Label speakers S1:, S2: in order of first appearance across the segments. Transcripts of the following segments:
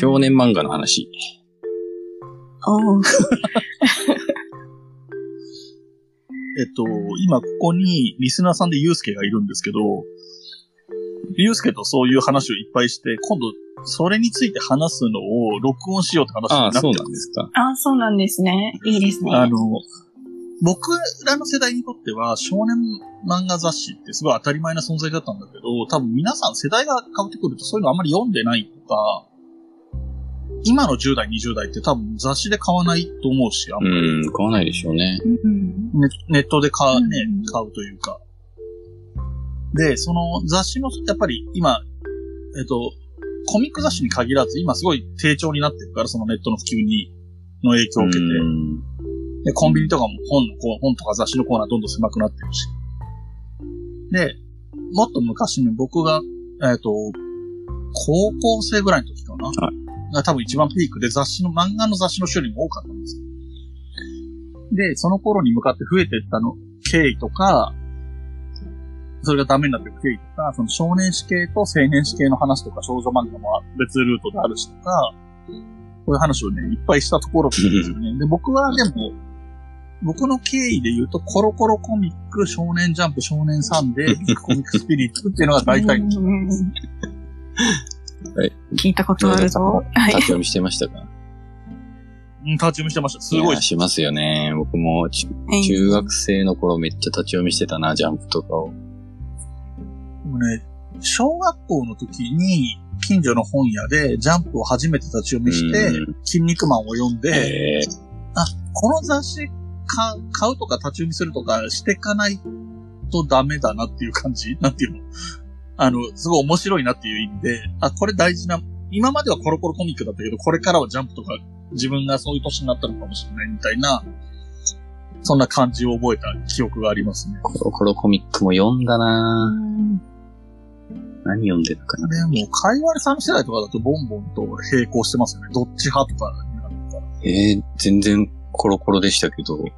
S1: 少年漫画の話。
S2: おー。
S3: えっと、今ここにリスナーさんでユうスケがいるんですけど、ユうスケとそういう話をいっぱいして、今度、それについて話すのを録音しようって話
S1: あ
S3: にな
S1: あ、
S3: って
S1: そうな
S3: る
S1: んですか。
S2: あ、そうなんですね。いいですね。
S3: あの、僕らの世代にとっては少年漫画雑誌ってすごい当たり前な存在だったんだけど、多分皆さん世代が変わってくるとそういうのあんまり読んでないとか、今の10代、20代って多分雑誌で買わないと思うし、あん
S1: う
S3: まり
S1: ん、買わないでしょうね。
S2: うん。
S3: ネネットで買,、ね
S2: うん、
S3: 買うというか。で、その雑誌もやっぱり今、えっと、コミック雑誌に限らず今すごい低調になってるから、そのネットの普及に、の影響を受けて。
S1: うん
S3: で、コンビニとかも本のコー、本とか雑誌のコーナーどんどん狭くなってるし。で、もっと昔に僕が、えっ、と、高校生ぐらいの時かな、
S1: は
S3: が多分一番ピークで雑誌の、漫画の雑誌の種類も多かったんですよ。で、その頃に向かって増えていったの、経緯とか、それがダメになっていく経緯とか、その少年誌系と青年誌系の話とか少女漫画も別ルートであるしとか、こういう話をね、いっぱいしたところなんですよね。で、僕はでも、僕の経緯で言うと、コロコロコミック、少年ジャンプ、少年サンデー、コミックスピリッツっていうのが大体、
S2: うん
S1: はい
S2: 聞いたことあるぞ。はい
S1: 立ち。読みしてましたか
S3: うん立ち読みしてました。すごい
S1: やしますよね。僕もち
S2: はい
S1: 中学生の頃めっちゃ立ち読みしてたな、ジャンプとかを。
S3: でもね、小学校の時に、近所の本屋で、ジャンプを初めて立ち読みして
S1: うん、
S3: 筋肉マンを読んで、
S1: ええ
S3: この雑誌か買うとか立ち読みするとかしていかないとダメだなっていう感じなんていうのあの、すごい面白いなっていう意味で、あ、これ大事な、今まではコロコロコミックだったけど、これからはジャンプとか、自分がそういう年になったのかもしれないみたいな、そんな感じを覚えた記憶がありますね。
S1: コロコロコミックも読んだな何読んでたかな
S3: でも、カイワレさんの世代とかだとボンボンと並行してますよね。どっち派とかになるのか
S1: ええ全然コロコロでしたけど、
S3: な。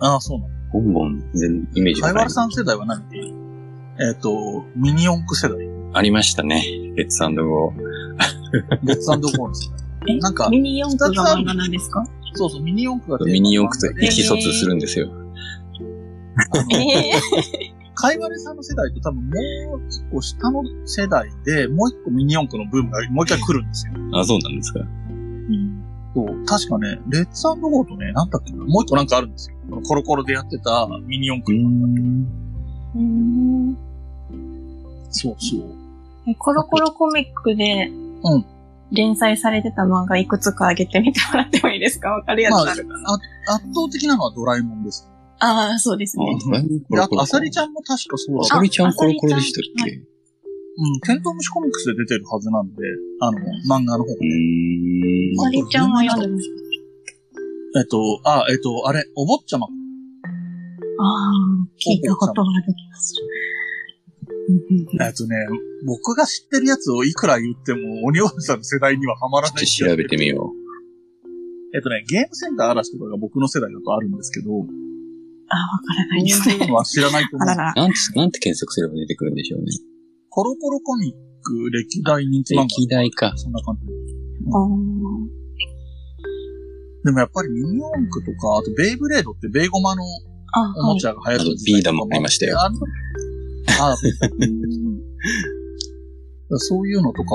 S3: ああ、そうなの。
S1: ボンボン、全然イメージ
S3: カ
S1: が
S3: イワ
S1: ない
S3: レ。さん世代は何えっ、と、ミニ四駆世代。
S1: ありましたね。レッツゴー。
S3: レッツゴーです
S2: え
S3: ね。なんか、
S2: ミニ四駆が漫画なんですか
S3: そうそう、ミニ四駆が
S1: ミニ四駆と
S3: テ
S1: 意
S3: ー
S1: 思疎通するんですよ。
S3: マなんであの
S2: ええ
S3: カイワレさんの世代と多分もう一個下の世代で、もう一個ミニ四駆のブームがもう一回来るんですよ。
S1: あ、そうなんですか。
S3: そう、確かね、レッツゴーとね、なんだっけな、もう一個なんかあるんですよ。このコロコロでやってたミニ四
S1: う
S3: 駆の。
S1: ん。
S2: うん
S3: そうそう。
S2: えコロコロコミックで
S3: うん、
S2: 連載されてた漫画いくつかあげてみてもらってもいいですかわかるやつあるかな、
S3: 圧倒的なのはドラえもんです。
S2: ああー、そうですね。
S3: で、あと、アサリ
S1: ち
S3: ちゃんも確かそう
S1: ゃん。あ
S3: だし
S1: さりちゃんコロコロでしたっけ、
S3: うん、テントウムシコミックスで出てるはずなんで、あの、漫画の方。
S1: うーん
S2: マリちゃんは読んでます。
S3: えっと、あ、えっと、あれ、お坊ちゃま。
S2: ああ、聞いたことがある気がする。うんうんうん
S3: えっとね、僕が知ってるやつをいくら言っても、鬼おじさんの世代にはハマらない
S1: ちょっと調べてみよ
S3: えっとね、ゲームセンター嵐とかが僕の世代だとあるんですけど、こ
S2: ああ、わから
S3: う
S2: ないいです
S3: う
S2: ね
S3: の。は知らないと
S2: あ
S3: 思
S2: ら
S3: う。
S2: ら
S1: う。。なんて、なんて検索すれば出てくるんでしょうね。
S3: コロコロコミック歴代人気漫画。
S1: 歴代か。
S3: そんな感じ。
S2: あー
S3: でもやっぱりミニ四駆とか、あとベイブレードってベイゴマの
S2: あ、
S3: お
S2: は
S3: も
S2: い
S3: ち。ゃが流行ってる時代
S1: ビーダもありましたよ
S3: あのあ、
S2: うん
S3: そういうのとか、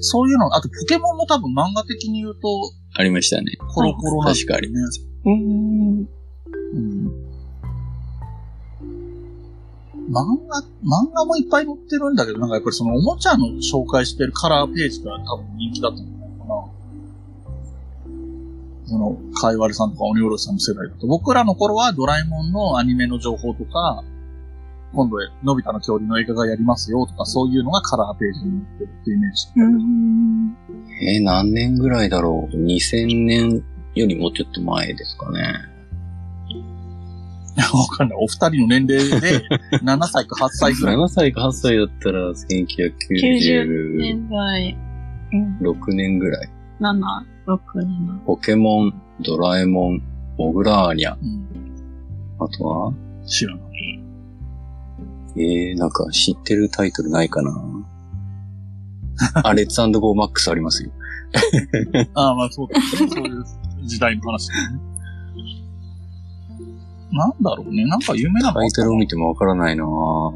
S3: そういうの、あとポケモンも多分漫画的に言うと、
S1: ありましたね。
S3: コロコロなんです
S1: 確かあり
S3: よね。
S1: ます。
S2: うん。
S3: うん漫画、漫画もいっぱい載ってるんだけど、なんかやっぱりそのおもちゃの紹介してるカラーページが多分人気だったんじゃないかな。その、カイワレさんとか鬼おろしさんの世代だと。僕らの頃はドラえもんのアニメの情報とか、今度、のび太の恐竜の映画がやりますよとか、そういうのがカラーページに載ってるっていうイメージ。
S2: うん。
S1: えー何年ぐらいだろう ?2000 年よりもちょっと前ですかね。
S3: わかんない。お二人の年齢で、7歳か8歳 ぐらい。
S1: 7歳か8歳だったら、1996
S2: 年代、うん、
S1: 年ぐらい。
S2: 7、6、7。
S1: ポケモン、ドラえもん、モグラーニャ。
S3: うん、
S1: あとは
S3: 知らない。
S1: えー、なんか知ってるタイトルないかなあ、レッツゴーマックスありますよ。
S3: ああ、まあそうですね。そういう時代の話、ね。なんだろうね。なんか有名なの
S1: タイトルを見てもわからないなぁ。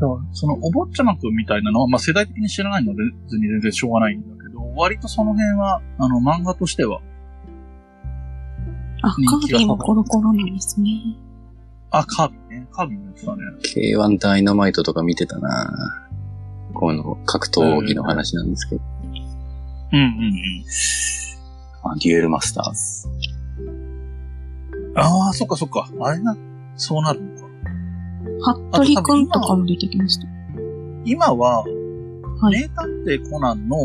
S3: だからそのお坊ちゃまくんみたいなのは、まあ、世代的に知らないので、別に全然しょうがないんだけど、割とその辺は、あの、漫画としては、
S2: あ、カービィもコロコロなんですね。
S3: あ、カービィね。カービィもやってたね。
S1: K1 ダイナマイトとか見てたなぁ。この格闘技の話なんですけど。
S3: うんうんうん。
S1: あデュエルマスターズ。
S3: ああ、そっかそっか。あれな、そうなるのか。
S2: 服部くんとかも出てきました。
S3: 今は、
S2: はい
S3: 名探偵コナンの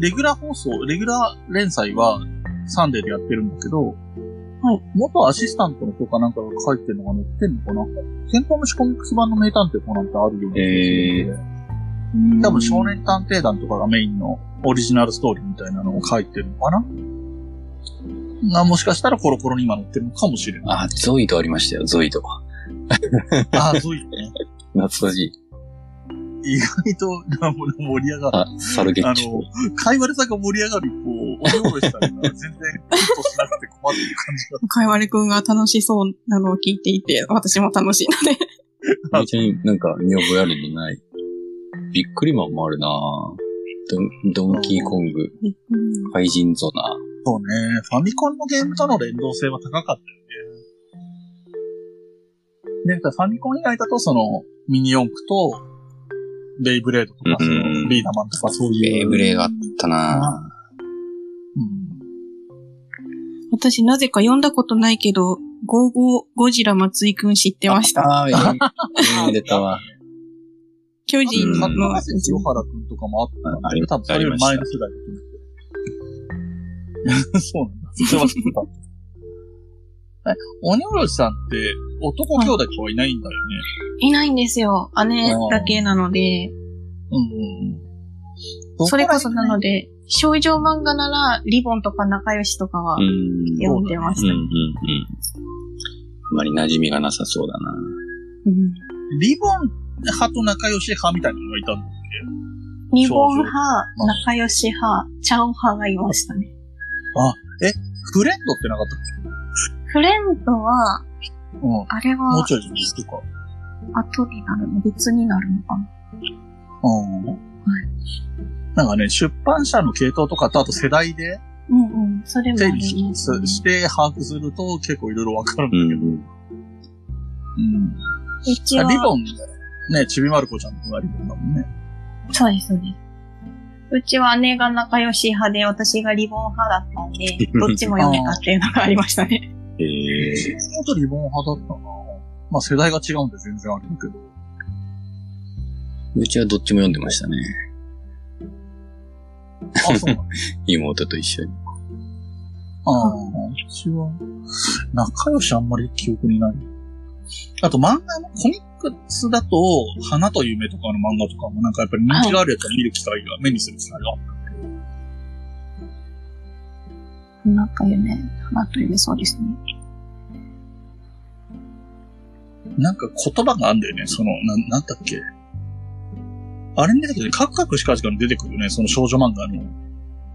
S3: レギュラー放送、レギュラー連載はサンデーでやってるんだけど、
S2: はい
S3: 元アシスタントの人かなんかが書いてるのが載ってんのかなテントウムシコミックス版の名探偵コナンってあるような気がするんで、
S2: うん
S3: 多分少年探偵団とかがメインのオリジナルストーリーみたいなのを書いてるのかながもしかしたらコロコロに今載ってるのかもしれ ない。
S1: あ、ゾイドありましたよ、ゾイド。
S3: ああ、そういうね。
S1: 懐かしい。
S3: 意外となんも盛り上がる。
S1: あ、サルゲ
S3: あ
S1: ッチ ュ。
S3: の、会話でさが盛り上がる一方、お料理したりが全然ヒットしなくて困ってる感じが。
S2: かいわれくんが楽しそうなのを聞いていて、私も楽しいので。
S1: 別になんか見覚えあるのない。ビックリマンもあるなドン、ドンキーコング、
S2: うん
S1: 怪人ゾナ
S3: そうね、ファミコンのゲームとの連動性は高かったよね。で、ただファミコン以外だとその、ミニ四駆と、ベイブレードとか、そ
S1: うんうんう
S3: の
S1: ん
S3: ビーダマンとかそういう。
S1: ベイブレーがあったな
S3: うん
S2: 私なぜか読んだことないけど、ゴーゴーゴジラ松井くん知ってました。
S1: ああ、読んでたわ。
S2: 巨
S1: う
S2: 人
S1: ん
S2: の、
S3: 高橋清原くんとか もあったよね
S1: あり
S3: 多分それより前の世代だと思う。 そうなんだ。それは知ってた。え、鬼おろしさんって男兄弟とはいないんだよ
S2: いないんですよ。姉だけなので、
S3: ね。うんうん。
S2: それこそなので、
S3: で。
S2: 少女漫画なら、リボンとか仲良しとかは
S1: うん。うん、
S2: 読んで
S1: う
S2: ま
S1: ん、う
S2: した。
S1: ん。あまり馴染みがなさそうだな
S2: うん
S3: リボン派と仲良し派みたいなのがいたんだ。
S2: リボン派、仲良し派、チャオ派がいましたね。
S3: フレンドってなかったっ
S2: フレンドは、
S3: けうん。も
S2: あれ
S3: う
S2: は
S3: ちょいとか。
S2: 後になるの別になるのかな。
S3: うん。なんかね、出版社の系統とかと、あと世代で
S2: うんうん、それもあ
S3: 整理
S2: りますね、
S3: して把握すると結構いろいろわかるん
S1: う
S3: だ
S1: ん
S3: けど。うん
S2: うちは
S3: あ、リボン、ね、ちびまる子ちゃんとかリボンだもんね。
S2: そうです、そうです。うちは姉が仲良し派で、私がリボン派だったん で、どっちも読めたっていうのがありましたね。
S1: うん。ええ
S3: 元リボン派だったなまあ世代が違うんで全然あれだけ ど。
S1: うちはどっちも読んでましたね。
S3: あ、そうなの
S1: 妹と一緒に。
S3: ああ、うちは、仲良しあんまり記憶にない。あと漫画のコミックスだと、花と夢とかの漫画とかもなんかやっぱり人気があるやつを見る機会が、目にする機会があった。
S2: なんか夢、花と夢そうですね。
S3: なんか言葉があんだよね、その、なん、なんだっけ。あれに出てくる、カクカクしかじかに出てくるね、その少女漫画の。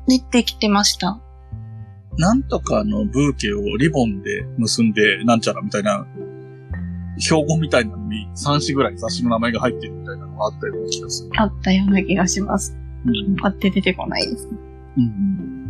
S2: 出てきてました。
S3: なんとかのブーケをリボンで結んで、なんちゃらみたいな、標語みたいなのに3紙ぐらい雑誌の名前が入ってるみたいなのがあったような気がする。
S2: あったような気がします。
S3: うん。
S2: パって出てこないです。
S3: うん。